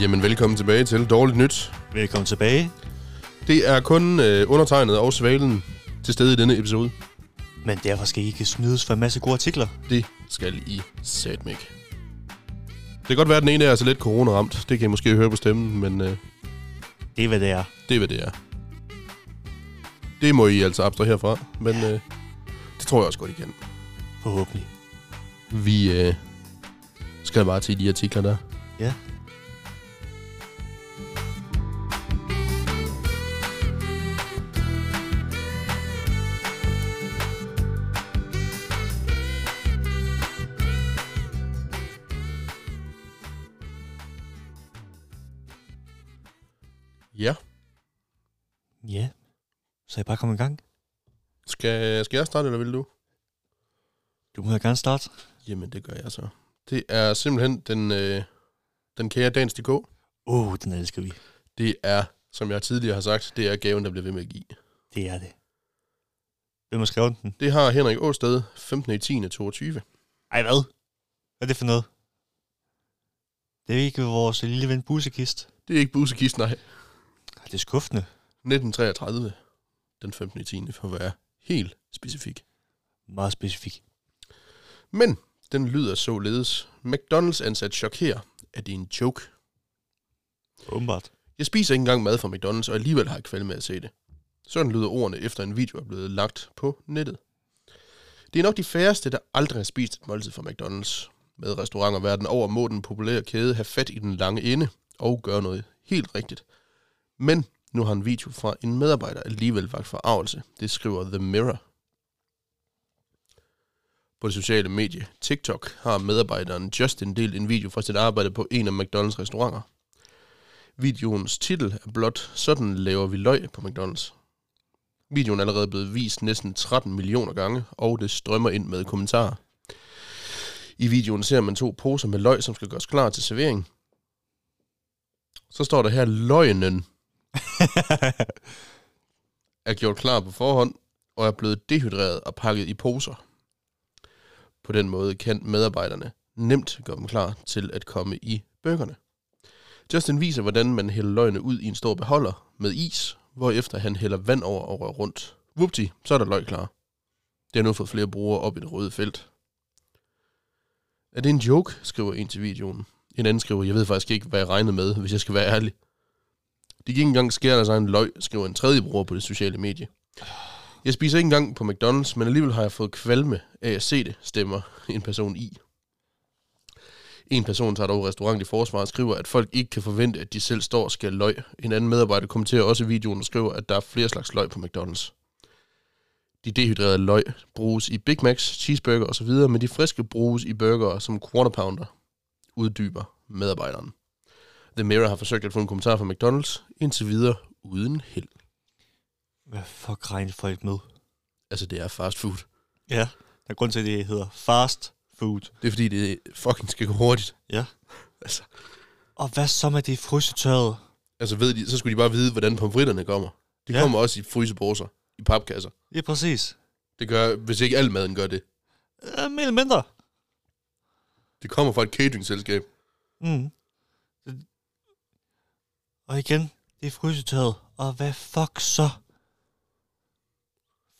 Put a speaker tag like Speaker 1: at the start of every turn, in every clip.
Speaker 1: Jamen, velkommen tilbage til Dårligt Nyt.
Speaker 2: Velkommen tilbage.
Speaker 1: Det er kun øh, undertegnet og svalen til stede i denne episode.
Speaker 2: Men derfor skal I ikke snydes for en masse gode artikler.
Speaker 1: Det skal I satme ikke. Det kan godt være, at den ene er så lidt corona-ramt. Det kan I måske høre på stemmen, men øh,
Speaker 2: Det er, hvad det er.
Speaker 1: det er, hvad det er. Det må I altså abstrahere fra, men øh, det tror jeg også godt, I kan.
Speaker 2: Forhåbentlig.
Speaker 1: Vi øh, skal bare til de artikler der.
Speaker 2: Ja.
Speaker 1: Ja.
Speaker 2: Ja. Så jeg bare komme i gang.
Speaker 1: Skal, skal jeg starte, eller vil du?
Speaker 2: Du må gerne starte.
Speaker 1: Jamen, det gør jeg så. Det er simpelthen den, øh, den kære Dans.dk.
Speaker 2: Åh, oh, den elsker vi.
Speaker 1: Det er, som jeg tidligere har sagt, det er gaven, der bliver ved med at give.
Speaker 2: Det er det. Hvem har skrevet den?
Speaker 1: Det har Henrik Åsted 15. i 10. 22.
Speaker 2: Ej, hvad? Hvad er det for noget? Det er ikke vores lille ven Busekist.
Speaker 1: Det er ikke Busekist, nej.
Speaker 2: Ej, Det er skuffende.
Speaker 1: 1933, den 15. i 10. for at være helt specifik.
Speaker 2: Meget specifik.
Speaker 1: Men den lyder således. McDonald's ansat chokerer, at det er en joke.
Speaker 2: Åbenbart.
Speaker 1: Jeg spiser ikke engang mad fra McDonald's, og alligevel har jeg kvalme med at se det. Sådan lyder ordene, efter en video er blevet lagt på nettet. Det er nok de færreste, der aldrig har spist et måltid fra McDonald's. Med restauranter verden over må den populære kæde have fat i den lange ende og gøre noget helt rigtigt. Men nu har en video fra en medarbejder alligevel vagt forarvelse. Det skriver The Mirror. På det sociale medie TikTok har medarbejderen Justin delt en video fra sit arbejde på en af McDonald's restauranter. Videoens titel er blot Sådan laver vi løg på McDonald's. Videoen er allerede blevet vist næsten 13 millioner gange, og det strømmer ind med kommentarer. I videoen ser man to poser med løg, som skal gøres klar til servering. Så står der her, løgnen er gjort klar på forhånd, og er blevet dehydreret og pakket i poser. På den måde kan medarbejderne nemt gøre dem klar til at komme i bøgerne. Justin viser, hvordan man hælder løgene ud i en stor beholder med is, hvorefter han hælder vand over og rører rundt. Vupti, så er der løg klar. Det har nu fået flere brugere op i det røde felt. Er det en joke, skriver en til videoen. En anden skriver, jeg ved faktisk ikke, hvad jeg regnede med, hvis jeg skal være ærlig. De gik ikke engang skære deres egen løg, skriver en tredje bruger på det sociale medie. Jeg spiser ikke engang på McDonald's, men alligevel har jeg fået kvalme af at se det, stemmer en person i. En person tager dog restaurant i forsvar og skriver, at folk ikke kan forvente, at de selv står og skal løg. En anden medarbejder kommenterer også videoen og skriver, at der er flere slags løg på McDonald's. De dehydrerede løg bruges i Big Macs, cheeseburger osv., men de friske bruges i burgere som quarter pounder, uddyber medarbejderen. The Mirror har forsøgt at få en kommentar fra McDonald's, indtil videre uden held.
Speaker 2: Hvad fuck regner folk med?
Speaker 1: Altså, det er fast food.
Speaker 2: Ja. Der er grund til, at det hedder fast food.
Speaker 1: Det er fordi, det fucking skal gå hurtigt.
Speaker 2: Ja.
Speaker 1: Altså,
Speaker 2: Og hvad så med det frysetørret?
Speaker 1: altså ved de, så skulle de bare vide, hvordan pomfritterne kommer. De ja.
Speaker 2: Ja.
Speaker 1: kommer også i fryseposer, i papkasser.
Speaker 2: Ja, præcis.
Speaker 1: Det gør, hvis ikke al maden gør det.
Speaker 2: Uh, mere eller mindre.
Speaker 1: Det kommer fra et cateringselskab.
Speaker 2: Mm. Det- Og igen, det er frysetøjet. Og hvad fuck så?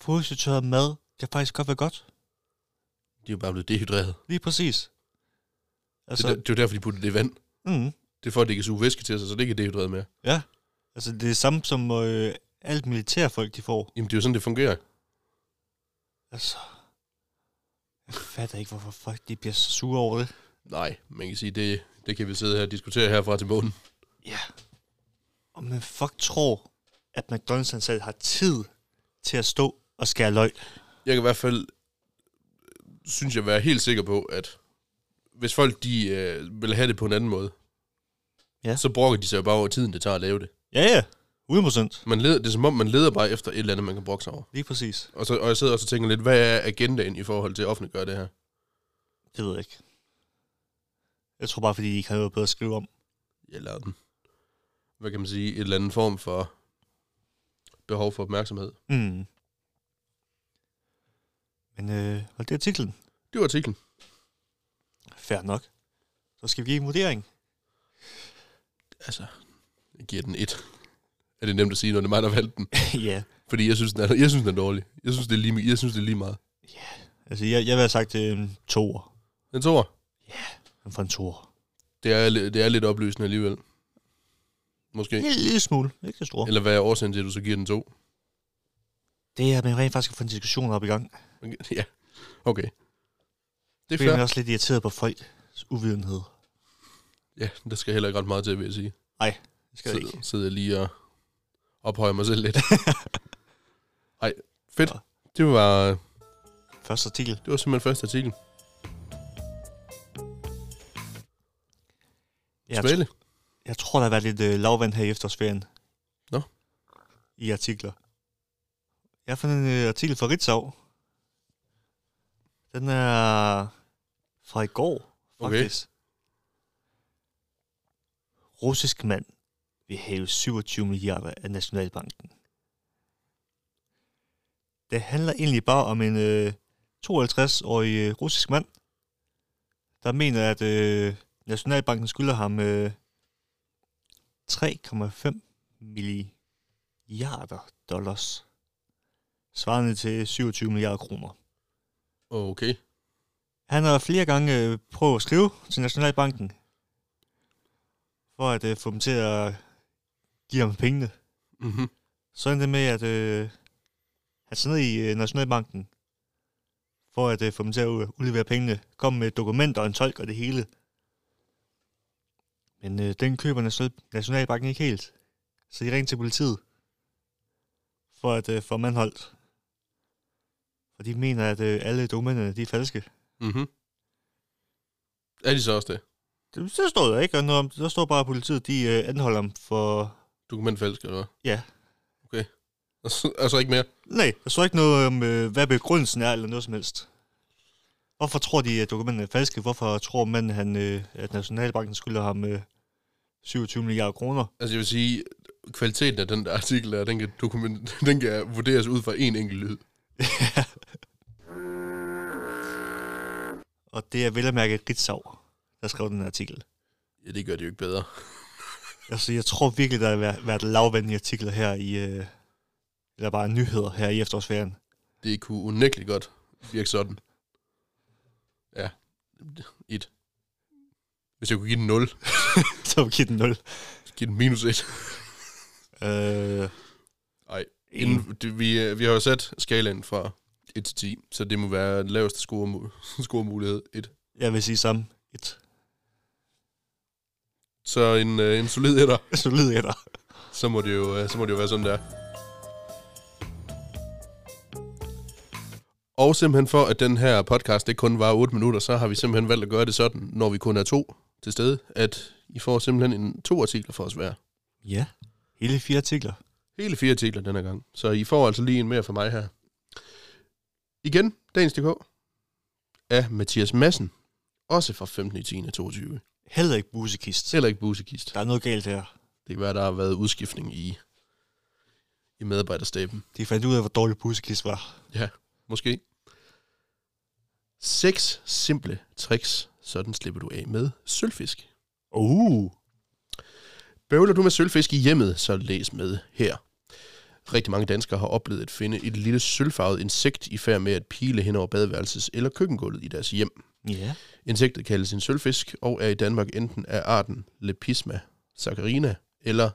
Speaker 2: Frysetøjet mad kan faktisk godt være godt.
Speaker 1: De er jo bare blevet dehydreret.
Speaker 2: Lige præcis.
Speaker 1: Altså,
Speaker 2: Altså,
Speaker 1: det, er, der- det er jo derfor, de putter det i vand.
Speaker 2: mm,
Speaker 1: Det er for, at det kan suge væske til sig, så det ikke er dehydreret mere.
Speaker 2: ja. Altså, det er det samme som øh, alt militærfolk, de får.
Speaker 1: Jamen, det er jo sådan, det fungerer.
Speaker 2: Altså, jeg fatter ikke, hvorfor folk de bliver så sure over det.
Speaker 1: Nej, man kan sige, det, det kan vi sidde her og diskutere herfra til månen.
Speaker 2: Ja. Og man fuck tror, at McDonald's ansat har tid til at stå og skære løg.
Speaker 1: Jeg kan i hvert fald, øh, synes jeg, være helt sikker på, at hvis folk de øh, vil have det på en anden måde,
Speaker 2: Ja.
Speaker 1: så brokker de sig jo bare over tiden, det tager at lave det.
Speaker 2: Ja, ja. 100%.
Speaker 1: Man leder, det er som om, man leder bare efter et eller andet, man kan brokke sig over.
Speaker 2: Lige præcis.
Speaker 1: Og, så, og jeg sidder også og tænker lidt, hvad er agendaen i forhold til at offentliggøre det her?
Speaker 2: Det ved jeg ikke. Jeg tror bare, fordi de ikke har noget bedre at skrive om.
Speaker 1: Eller, mm, hvad kan man sige, et eller andet form for behov for opmærksomhed.
Speaker 2: Mm. Men øh, hold det artiklen.
Speaker 1: Det var artiklen.
Speaker 2: Fair nok. Så skal vi give en vurdering.
Speaker 1: altså, jeg giver den et. Er det nemt at sige, når det er mig, der valgte den?
Speaker 2: ja,
Speaker 1: Fordi jeg synes, den er, jeg synes, den er dårlig. Jeg synes, det er lige, jeg synes, det er lige meget.
Speaker 2: altså jeg, jeg vil have sagt det er en toer.
Speaker 1: Den toer.
Speaker 2: Han får en toer.
Speaker 1: Det er, li- det er lidt opløsende alligevel. Måske.
Speaker 2: En lille, lille smule, ikke det store.
Speaker 1: Eller hvad er årsagen til, at du så giver den to?
Speaker 2: Det er, at man rent faktisk kan få en diskussion op i gang.
Speaker 1: Okay, Ja, okay. Det er
Speaker 2: Det er
Speaker 1: fair.
Speaker 2: man også lidt irriteret på folks uvidenhed.
Speaker 1: Ja, der skal heller ikke ret meget til, vil jeg sige.
Speaker 2: Det skal det
Speaker 1: Så
Speaker 2: ikke.
Speaker 1: sidder jeg lige og ophøjer mig selv lidt. Ej, fedt.
Speaker 2: Nå.
Speaker 1: Det var,
Speaker 2: Første artikel.
Speaker 1: det var simpelthen første artikel.
Speaker 2: Jeg, tr-
Speaker 1: Svale.
Speaker 2: jeg tror, der har været lidt øh, lavvand her i efterårsferien.
Speaker 1: Nå.
Speaker 2: I artikler. Jeg har fundet en øh, artikel fra Ritzau. Den er fra i går,
Speaker 1: Okay.
Speaker 2: faktisk. Okay. Russisk mand vil have 27 milliarder af Nationalbanken. Det handler egentlig bare om en øh, 52-årig øh, russisk mand, der mener, at øh, Nationalbanken skylder ham øh, 3,5 milliarder dollars, svarende til 27 milliarder kroner.
Speaker 1: Okay.
Speaker 2: Han har flere gange øh, prøvet at skrive til Nationalbanken, for at øh, få dem til at give ham pengene.
Speaker 1: Mm-hmm.
Speaker 2: Så endte det med, at øh, han sad ned i øh, Nationalbanken, for at øh, få dem til at u- udlevere pengene. Kom med dokumenter og en tolk og det hele. Men øh, den køber National- Nationalbanken ikke helt. Så de ringte til politiet, for at øh, få mandholdt. For de mener, at øh, alle dokumenterne de er falske.
Speaker 1: Mm-hmm. Er de så også det?
Speaker 2: Det, så stod der ikke noget om det. Der står bare, at politiet de, øh, anholder ham for...
Speaker 1: Dokumentfalsk, eller hvad?
Speaker 2: Ja.
Speaker 1: Okay. Og så, og så ikke mere?
Speaker 2: Nej, der står ikke noget om, øh, hvad begrundelsen er, eller noget som helst. Hvorfor tror de, at dokumenterne er falske? Hvorfor tror manden, han, øh, at Nationalbanken skylder ham øh, 27 milliarder kroner?
Speaker 1: Altså, jeg vil sige, kvaliteten af den der artikel, der, den, kan dokument, den kan vurderes ud fra en enkelt lyd.
Speaker 2: Og det er vel at mærke et Ritzau, der skrev den her artikel.
Speaker 1: Ja, det gør det jo ikke bedre.
Speaker 2: Altså, jeg tror virkelig, der har været- været lavvand i artikler her i... Øh, eller bare nyheder her i efterårsferien.
Speaker 1: Det kunne unægteligt godt virke sådan. Ja, et. Hvis jeg kunne give den 0, så
Speaker 2: Så vi giver den 0.
Speaker 1: give den minus 1.
Speaker 2: Øh,
Speaker 1: Ej,
Speaker 2: en,
Speaker 1: Inden, det, vi, øh, vi har jo sat skalaen fra 1 til 10, så det må være den laveste score, scoremulighed 1.
Speaker 2: jeg vil sige sammen. Et.
Speaker 1: Så en, øh, en solid etter,
Speaker 2: Så lyder jeg der.
Speaker 1: så må, det jo, øh, så må det jo være sådan, der. Og simpelthen for, at den her podcast det kun var 8 minutter, så har vi simpelthen valgt at gøre det sådan, når vi kun er to til stede, at I får simpelthen en, to artikler for os hver.
Speaker 2: Ja. Hele fire artikler.
Speaker 1: Hele fire artikler denne gang. Så I får altså lige en mere fra mig her. Igen, Dagens DK af Mathias Madsen. Også fra 15. i 10. 22.
Speaker 2: Heller ikke busekist.
Speaker 1: Heller ikke busekist.
Speaker 2: Der er noget galt her.
Speaker 1: Det kan være, der har været udskiftning i, i medarbejderstaben.
Speaker 2: De fandt ud af, hvor dårlig Pussekist var.
Speaker 1: Måske. Seks simple tricks. Sådan slipper du af med sølvfisk.
Speaker 2: Uh.
Speaker 1: Bøvler du med sølvfisk i hjemmet, så læs med her. Rigtig mange danskere har oplevet at finde et lille sølvfarvet insekt i færd med at pile hen over badeværelses- eller køkkengulvet i deres hjem.
Speaker 2: Ja.
Speaker 1: Insektet kaldes en sølvfisk og er i Danmark enten af arten Lepisma saccharina eller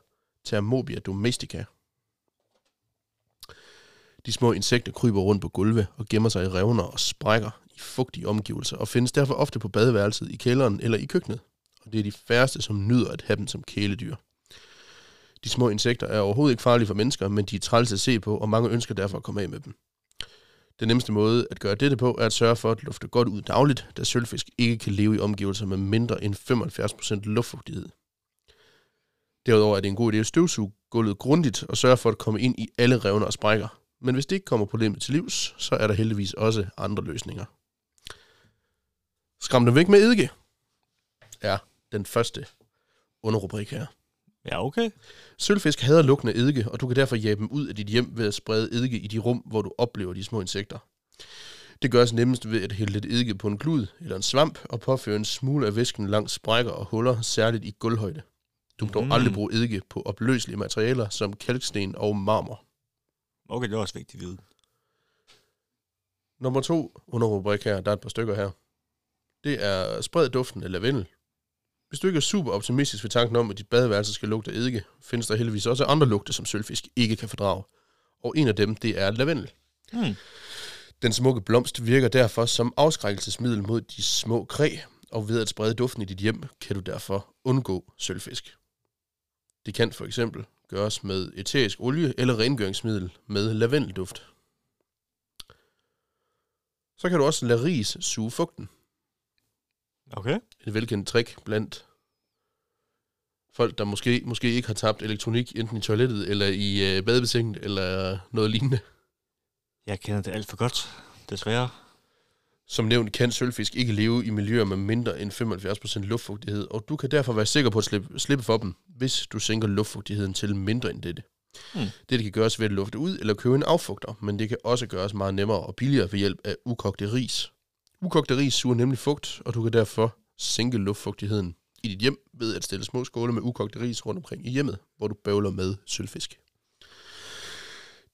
Speaker 1: Thermobia domestica. De små insekter kryber rundt på gulve og gemmer sig i revner og sprækker i fugtige omgivelser og findes derfor ofte på badeværelset, i kælderen eller i køkkenet. Og det er de færreste, som nyder at have dem som kæledyr. De små insekter er overhovedet ikke farlige for mennesker, men de er træls at se på, og mange ønsker derfor at komme af med dem. Den nemmeste måde at gøre dette på er at sørge for at lufte godt ud dagligt, da sølvfisk ikke kan leve i omgivelser med mindre end 75% luftfugtighed. Derudover er det en god idé at støvsuge gulvet grundigt og sørge for at komme ind i alle revner og sprækker. Men hvis det ikke kommer problemet til livs, så er der heldigvis også andre løsninger. Skram dem væk med eddike, er den første underrubrik her.
Speaker 2: Ja, okay.
Speaker 1: Sølvfisk hader lugtende eddike, og du kan derfor jage dem ud af dit hjem ved at sprede eddike i de rum, hvor du oplever de små insekter. Det gøres nemmest ved at hælde lidt eddike på en klud eller en svamp og påføre en smule af væsken langs sprækker og huller, særligt i gulvhøjde. Du må dog
Speaker 2: Mm.
Speaker 1: aldrig bruge eddike på opløselige materialer som kalksten og marmor.
Speaker 2: Okay, det er også vigtigt at vide.
Speaker 1: Nummer to underrubrik her, der er et par stykker her. Det er spred duften af lavendel. Hvis du ikke er super optimistisk ved tanken om, at dit badeværelse skal lugte af eddike, findes der heldigvis også andre lugte, som sølvfisk ikke kan fordrage. Og en af dem, det er lavendel.
Speaker 2: Hmm.
Speaker 1: Den smukke blomst virker derfor som afskrækkelsesmiddel mod de små kræ, og ved at sprede duften i dit hjem, kan du derfor undgå sølvfisk. Det kan for eksempel gøres med eterisk olie eller rengøringsmiddel med lavendelduft. Så kan du også lade ris suge fugten.
Speaker 2: Okay.
Speaker 1: Et velkendt trick blandt folk, der måske, måske ikke har tabt elektronik enten i toilettet eller i øh, badebassinet eller noget lignende.
Speaker 2: Jeg kender det alt for godt, desværre.
Speaker 1: Som nævnt kan sølvfisk ikke leve i miljøer med mindre end 75% luftfugtighed, og du kan derfor være sikker på at slippe, slippe for dem, hvis du sænker luftfugtigheden til mindre end dette.
Speaker 2: Hmm.
Speaker 1: Hmm. Dette kan gøres ved at lufte ud eller købe en affugter, men det kan også gøres meget nemmere og billigere ved hjælp af ukogte ris. Ukogte ris suger nemlig fugt, og du kan derfor sænke luftfugtigheden i dit hjem ved at stille små skåle med ukogte ris rundt omkring i hjemmet, hvor du bøvler med sølvfisk.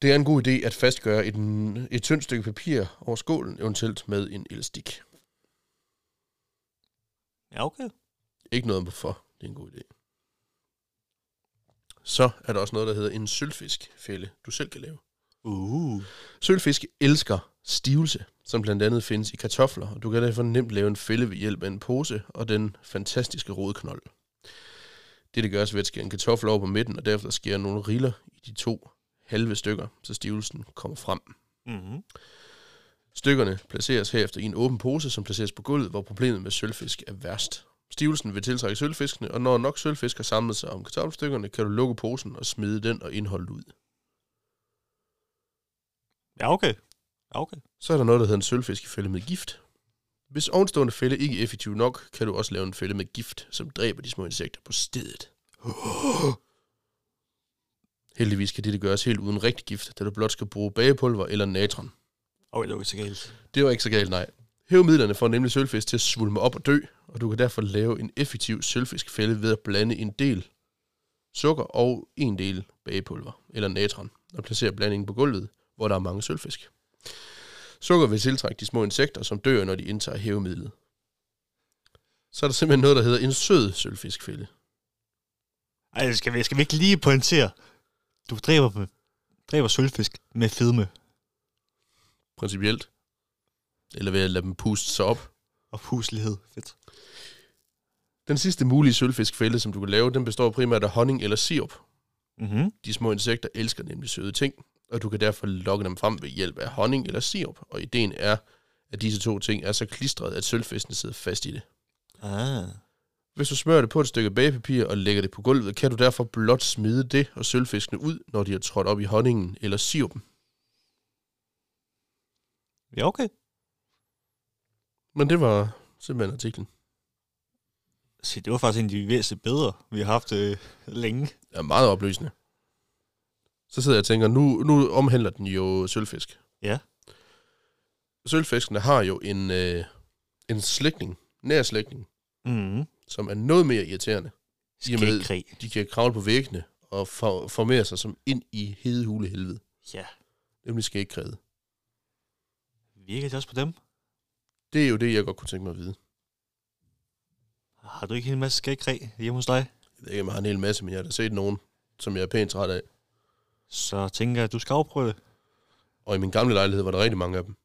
Speaker 1: Det er en god idé at fastgøre et, et tyndt stykke papir over skålen, eventuelt med en elastik.
Speaker 2: Ja, okay.
Speaker 1: Ikke noget om hvorfor. Det er en god idé. Så er der også noget, der hedder en sølvfiskfælde, du selv kan lave.
Speaker 2: Uh.
Speaker 1: Sølvfisk elsker stivelse, som blandt andet findes i kartofler, og du kan derfor nemt lave en fælde ved hjælp af en pose og den fantastiske rodknold. Dette gøres ved at skære en kartoffel over på midten, og derefter skære nogle riller i de to halve stykker, så stivelsen kommer frem.
Speaker 2: Mm-hmm.
Speaker 1: Stykkerne placeres herefter i en åben pose, som placeres på gulvet, hvor problemet med sølvfisk er værst. Stivelsen vil tiltrække sølvfiskene, og når nok sølvfisk har samlet sig om kartoffelstykkerne, kan du lukke posen og smide den og indholdet ud.
Speaker 2: Ja, okay. Ja, okay.
Speaker 1: Så er der noget, der hedder en sølvfiskefælde med gift. Hvis ovenstående fælde ikke er effektiv nok, kan du også lave en fælde med gift, som dræber de små insekter på stedet. Heldigvis kan dette gøres helt uden rigtig gift, da du blot skal bruge bagepulver eller natron.
Speaker 2: Okay, det var ikke så galt.
Speaker 1: Det var ikke så galt, nej. Hævemidlerne får nemlig sølvfisk til at svulme op og dø, og du kan derfor lave en effektiv sølvfiskfælde ved at blande en del sukker og en del bagepulver, eller natron, og placere blandingen på gulvet, hvor der er mange sølvfisk. Sukker vil tiltrække de små insekter, som dør, når de indtager hævemidlet. Så er der simpelthen noget, der hedder en sød sølvfiskfælde.
Speaker 2: Ej, skal vi, skal vi ikke lige pointere? Du dræber, med, dræber sølvfisk med fedme
Speaker 1: Principielt. Eller ved at lade dem puste sig op.
Speaker 2: og huslighed. Fedt.
Speaker 1: Den sidste mulige sølvfiskfælde, som du kan lave, den består primært af honning eller sirup,
Speaker 2: Mm-hmm.
Speaker 1: De små insekter elsker nemlig søde ting, og du kan derfor lokke dem frem ved hjælp af honning eller sirup, og ideen er, at disse to ting er så klistret, at sølvfisken sidder fast i det.
Speaker 2: Ah.
Speaker 1: Hvis du smører det på et stykke bagepapir og lægger det på gulvet, kan du derfor blot smide det og sølvfiskene ud, når de er trådt op i honningen eller sirupen.
Speaker 2: Ja, okay.
Speaker 1: Men det var simpelthen artiklen.
Speaker 2: Se, det var faktisk en af de væsentligt bedre, vi har haft øh, længe.
Speaker 1: Det er meget opløsende. Så sidder jeg og tænker, nu, nu omhandler den jo sølvfisk.
Speaker 2: Ja.
Speaker 1: Sølvfiskene har jo en, øh, en slægtning, nær slægtning,
Speaker 2: Mm-hmm.
Speaker 1: som er noget mere irriterende. I og med-
Speaker 2: Skægkrig.
Speaker 1: De kan kravle på væggene og for, formere sig som ind i hedehulehelvede,
Speaker 2: Ja.
Speaker 1: nemlig skægkræde.
Speaker 2: Virker det også på dem?
Speaker 1: Det er jo det, jeg godt kunne tænke mig at vide.
Speaker 2: Har du ikke en masse skægkrig hjemme hos dig?
Speaker 1: Jeg ved ikke, om jeg har en hel masse, men jeg har da set nogen, som jeg er pænt træt af.
Speaker 2: Så tænker jeg, at du skal afprøve det.
Speaker 1: Og i min gamle lejlighed var der rigtig mange af dem.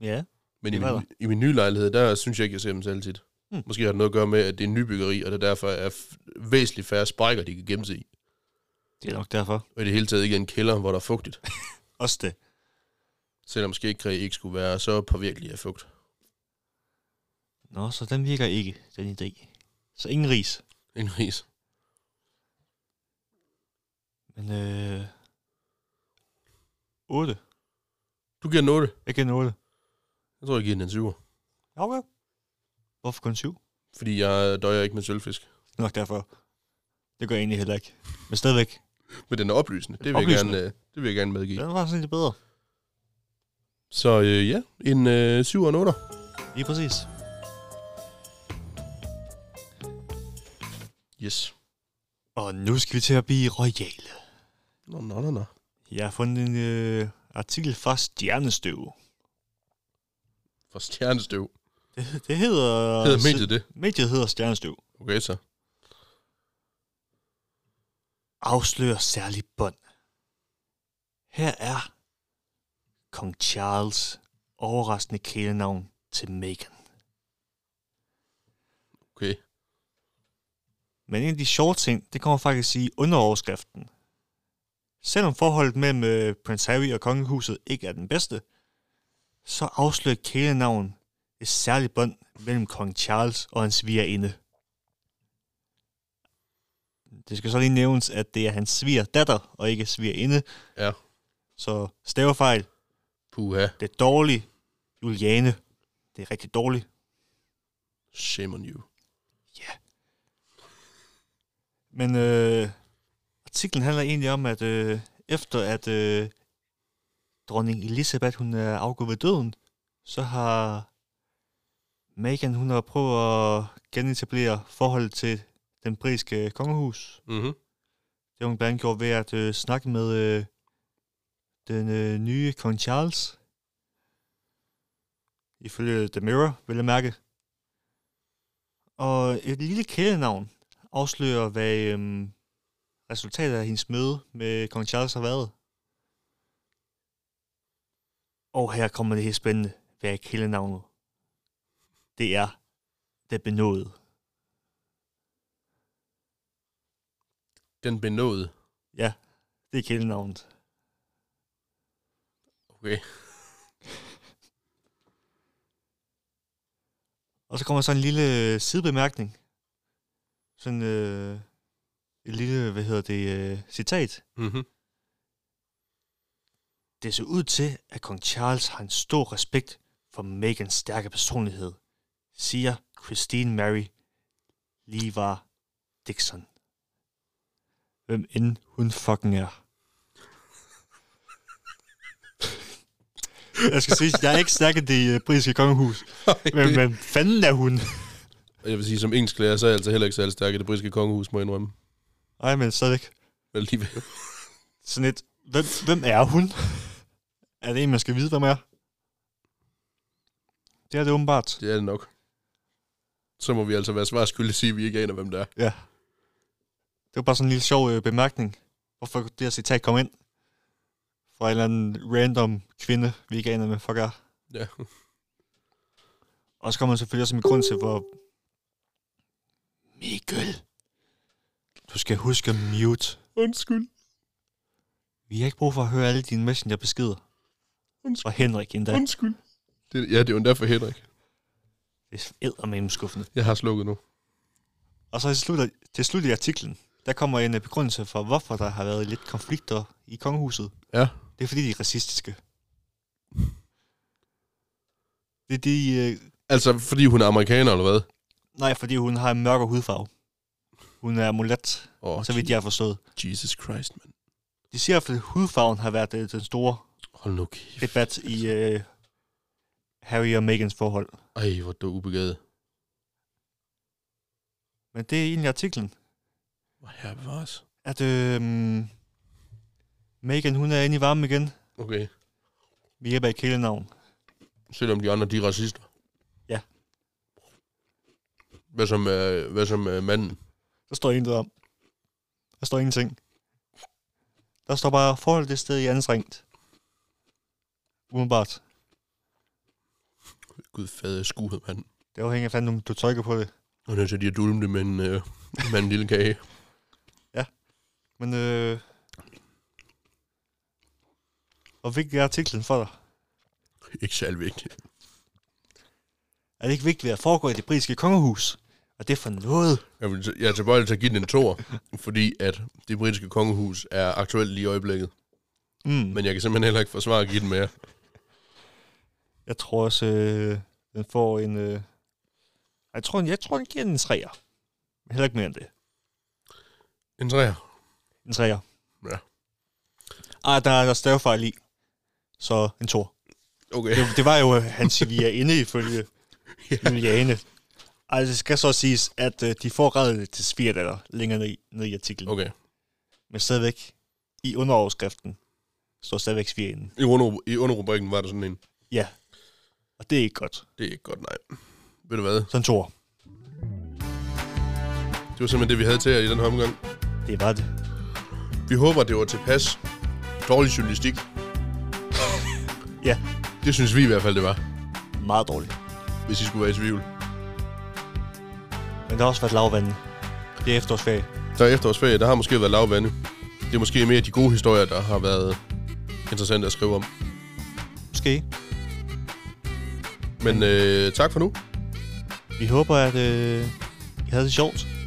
Speaker 2: Ja.
Speaker 1: Men i
Speaker 2: Det var
Speaker 1: min, i min nye lejlighed, der synes jeg ikke, jeg ser dem så altid.
Speaker 2: Hmm.
Speaker 1: Hmm. Måske har det noget at gøre med, at det er en nybyggeri, og der derfor er f- væsentligt færre sprækker, de kan gemme sig i.
Speaker 2: Det er nok derfor.
Speaker 1: Og i det hele taget ikke er en kælder, hvor der er fugtigt.
Speaker 2: Også det.
Speaker 1: Selvom skægkræ ikke skulle være så påvirkelig af fugt.
Speaker 2: Nå, så den virker ikke, den idé. Så ingen ris.
Speaker 1: En ris.
Speaker 2: Men øh... 8.
Speaker 1: Du giver en 8.
Speaker 2: Jeg giver en 8.
Speaker 1: Jeg tror, jeg giver den en 7.
Speaker 2: Ja, okay. Hvorfor kun 7?
Speaker 1: Fordi jeg døjer ikke med sølvfisk.
Speaker 2: Nok derfor. Det gør jeg egentlig heller ikke. Men stadigvæk.
Speaker 1: Men den er oplysende. Det vil,
Speaker 2: Oplysende.
Speaker 1: Jeg, gerne, øh, det vil jeg gerne medgive. Ja.
Speaker 2: Den var sådan lidt bedre.
Speaker 1: Så øh, ja, en øh, 7 og en 8.
Speaker 2: Lige præcis.
Speaker 1: Yes.
Speaker 2: Og nu skal vi til at blive royale.
Speaker 1: Nå, nå, nå, nå.
Speaker 2: Jeg har fundet en øh, artikel fra Stjernestøv.
Speaker 1: For stjernestøv.
Speaker 2: Det, det hedder...
Speaker 1: Hedder mediet det?
Speaker 2: Mediet hedder Stjernestøv.
Speaker 1: Okay, så.
Speaker 2: afslører særlig bånd. Her er kong Charles overraskende kælenavn til Meghan.
Speaker 1: Okay.
Speaker 2: Men en af de sjove ting, det kommer faktisk i underoverskriften. Selvom forholdet mellem øh, prins Harry og kongehuset ikke er den bedste, så afslører kælenavn et særligt bånd mellem kong Charles og hans svigerinde. Det skal så lige nævnes, at det er hans svigerdatter og ikke svigerinde.
Speaker 1: Ja.
Speaker 2: Så stavefejl,
Speaker 1: Puha.
Speaker 2: det er dårligt. Juliane, det er rigtig dårligt.
Speaker 1: Shame on you.
Speaker 2: Men øh, artiklen handler egentlig om, at øh, efter at øh, dronning Elisabeth hun er afgået ved døden, så har Meghan hun har prøvet at genetablere forholdet til den britiske kongehus.
Speaker 1: Mhm.
Speaker 2: Det har hun blandt andet gjort ved at øh, snakke med øh, den øh, nye kong Charles. Ifølge The Mirror, vil jeg mærke. Og et lille kælenavn afslører, hvad øhm, resultatet af hendes møde med kong Charles har været. Og her kommer det helt spændende. Hvad er kælenavnet? Det er det benåede.
Speaker 1: Den benåede.
Speaker 2: Ja, det er kælenavnet.
Speaker 1: Okay.
Speaker 2: Og så kommer så en lille øh, sidebemærkning. Sådan øh, et lille, hvad hedder det, øh, citat.
Speaker 1: Mhm.
Speaker 2: Det ser ud til, at kong Charles har en stor respekt for Megans stærke personlighed, siger Christine Mary Levar Dixon. Hvem end hun fucking er. Jeg skal sige, jeg er ikke stærk i det øh, britiske kongehus, men hvem fanden er hun?
Speaker 1: Jeg vil sige, som engelsk lærer, så er jeg altså heller ikke særlig stærk i det britiske kongehus, må jeg indrømme.
Speaker 2: Ej, men stadigvæk.
Speaker 1: Men alligevel.
Speaker 2: Sådan et, hvem, hvem er hun? Er det en, man skal vide, hvem er? Det er det åbenbart.
Speaker 1: Det er det nok. Så må vi altså være svar skyldige at sige, at vi ikke aner, hvem det er.
Speaker 2: Ja. Det var bare sådan en lille sjov øh, bemærkning. Hvorfor det her citat kom ind fra en eller anden random kvinde, vi ikke aner, hvad fuck er.
Speaker 1: Ja.
Speaker 2: Og så kommer man selvfølgelig også med grund til, hvor... Mikkel. Du skal huske at mute.
Speaker 1: Undskyld.
Speaker 2: Vi har ikke brug for at høre alle dine messengerbeskeder.
Speaker 1: Undskyld.
Speaker 2: Og Henrik endda.
Speaker 1: Undskyld. Det, ja, det er jo endda for Henrik.
Speaker 2: Det er eddermame skuffende.
Speaker 1: Jeg har slukket nu.
Speaker 2: Og så til slut, til slut i artiklen, der kommer en øh, begrundelse for, hvorfor der har været lidt konflikter i kongehuset.
Speaker 1: Ja.
Speaker 2: Det er fordi, de er racistiske. Det er de... Øh,
Speaker 1: Altså, fordi hun er amerikaner, eller hvad?
Speaker 2: nej, fordi hun har en mørkere hudfarve. Hun er mulat,
Speaker 1: Åh,
Speaker 2: så vidt jeg har forstået.
Speaker 1: Jesus Christ, mand.
Speaker 2: De siger, i hvert fald, at hudfarven har været øh, den store
Speaker 1: Hold nu kæft.
Speaker 2: debat i øh, Harry og Megans forhold.
Speaker 1: Ej, hvor du er ubegavet.
Speaker 2: Men det er egentlig artiklen,
Speaker 1: Hvor her var os.
Speaker 2: at øh, Megan hun er inde i varmen igen
Speaker 1: Okay.
Speaker 2: ved hjælp af et kælenavn.
Speaker 1: Selvom de andre, de er racister.
Speaker 2: Ja.
Speaker 1: Hvad som, øh, hvad som øh, manden?
Speaker 2: Der står intet om. Der står ingenting. Der står bare, forhold det sted i anstrengt. Umiddelbart.
Speaker 1: Gud fade skuhed, mand.
Speaker 2: Det afhænger af fanden, om du tolker på det.
Speaker 1: Og nødt til lige at dulme det med en, øh, med en lille kage.
Speaker 2: Men øh... Hvor vigtig er artiklen for dig?
Speaker 1: Ikke særlig vigtigt.
Speaker 2: Er det ikke vigtigt, at foregå i det britiske kongehus? Og det er for noget.
Speaker 1: Jeg, vil, jeg er tilbøjelig til at give den en tor, fordi at det britiske kongehus er aktuelt lige i øjeblikket.
Speaker 2: Mm. Men...
Speaker 1: Men jeg kan simpelthen heller ikke forsvare at give den mere.
Speaker 2: Jeg tror også, øh, den får en... Øh... Jeg, tror, jeg tror, den giver den en træer. Heller ikke mere end det.
Speaker 1: En træer.
Speaker 2: En træer.
Speaker 1: Ja.
Speaker 2: Ah, der, er- der er stavefejl i. Så en tor.
Speaker 1: Okay.
Speaker 2: Det, det var jo øh, hans vi er inde ifølge
Speaker 1: Ja.
Speaker 2: Juliane. Altså, det skal så siges, at øh, de får reddet til svigerdatter længere ned, i- ned i artiklen. Okay.
Speaker 1: Okay.
Speaker 2: Men stadigvæk, i underoverskriften, står stadigvæk svigerinden.
Speaker 1: I, under, I underrubrikken var der sådan en,
Speaker 2: Ja. Og det er ikke godt.
Speaker 1: det er ikke godt, nej. Ved du hvad?
Speaker 2: Sådan to år.
Speaker 1: Det var simpelthen det, vi havde til jer i den her omgang.
Speaker 2: Det var det.
Speaker 1: Vi håber, det var tilpas. Dårlig journalistik.
Speaker 2: Ja,
Speaker 1: Det synes vi i hvert fald, det var,
Speaker 2: meget dårligt.
Speaker 1: hvis I skulle være i tvivl.
Speaker 2: Men der har også været lavvande. Det er efterårsferie.
Speaker 1: Der er efterårsferie, der har måske været lavvande. Det er måske mere de gode historier, der har været interessante at skrive om.
Speaker 2: Måske.
Speaker 1: Men øh, tak for nu.
Speaker 2: Vi håber, at øh, I havde det sjovt.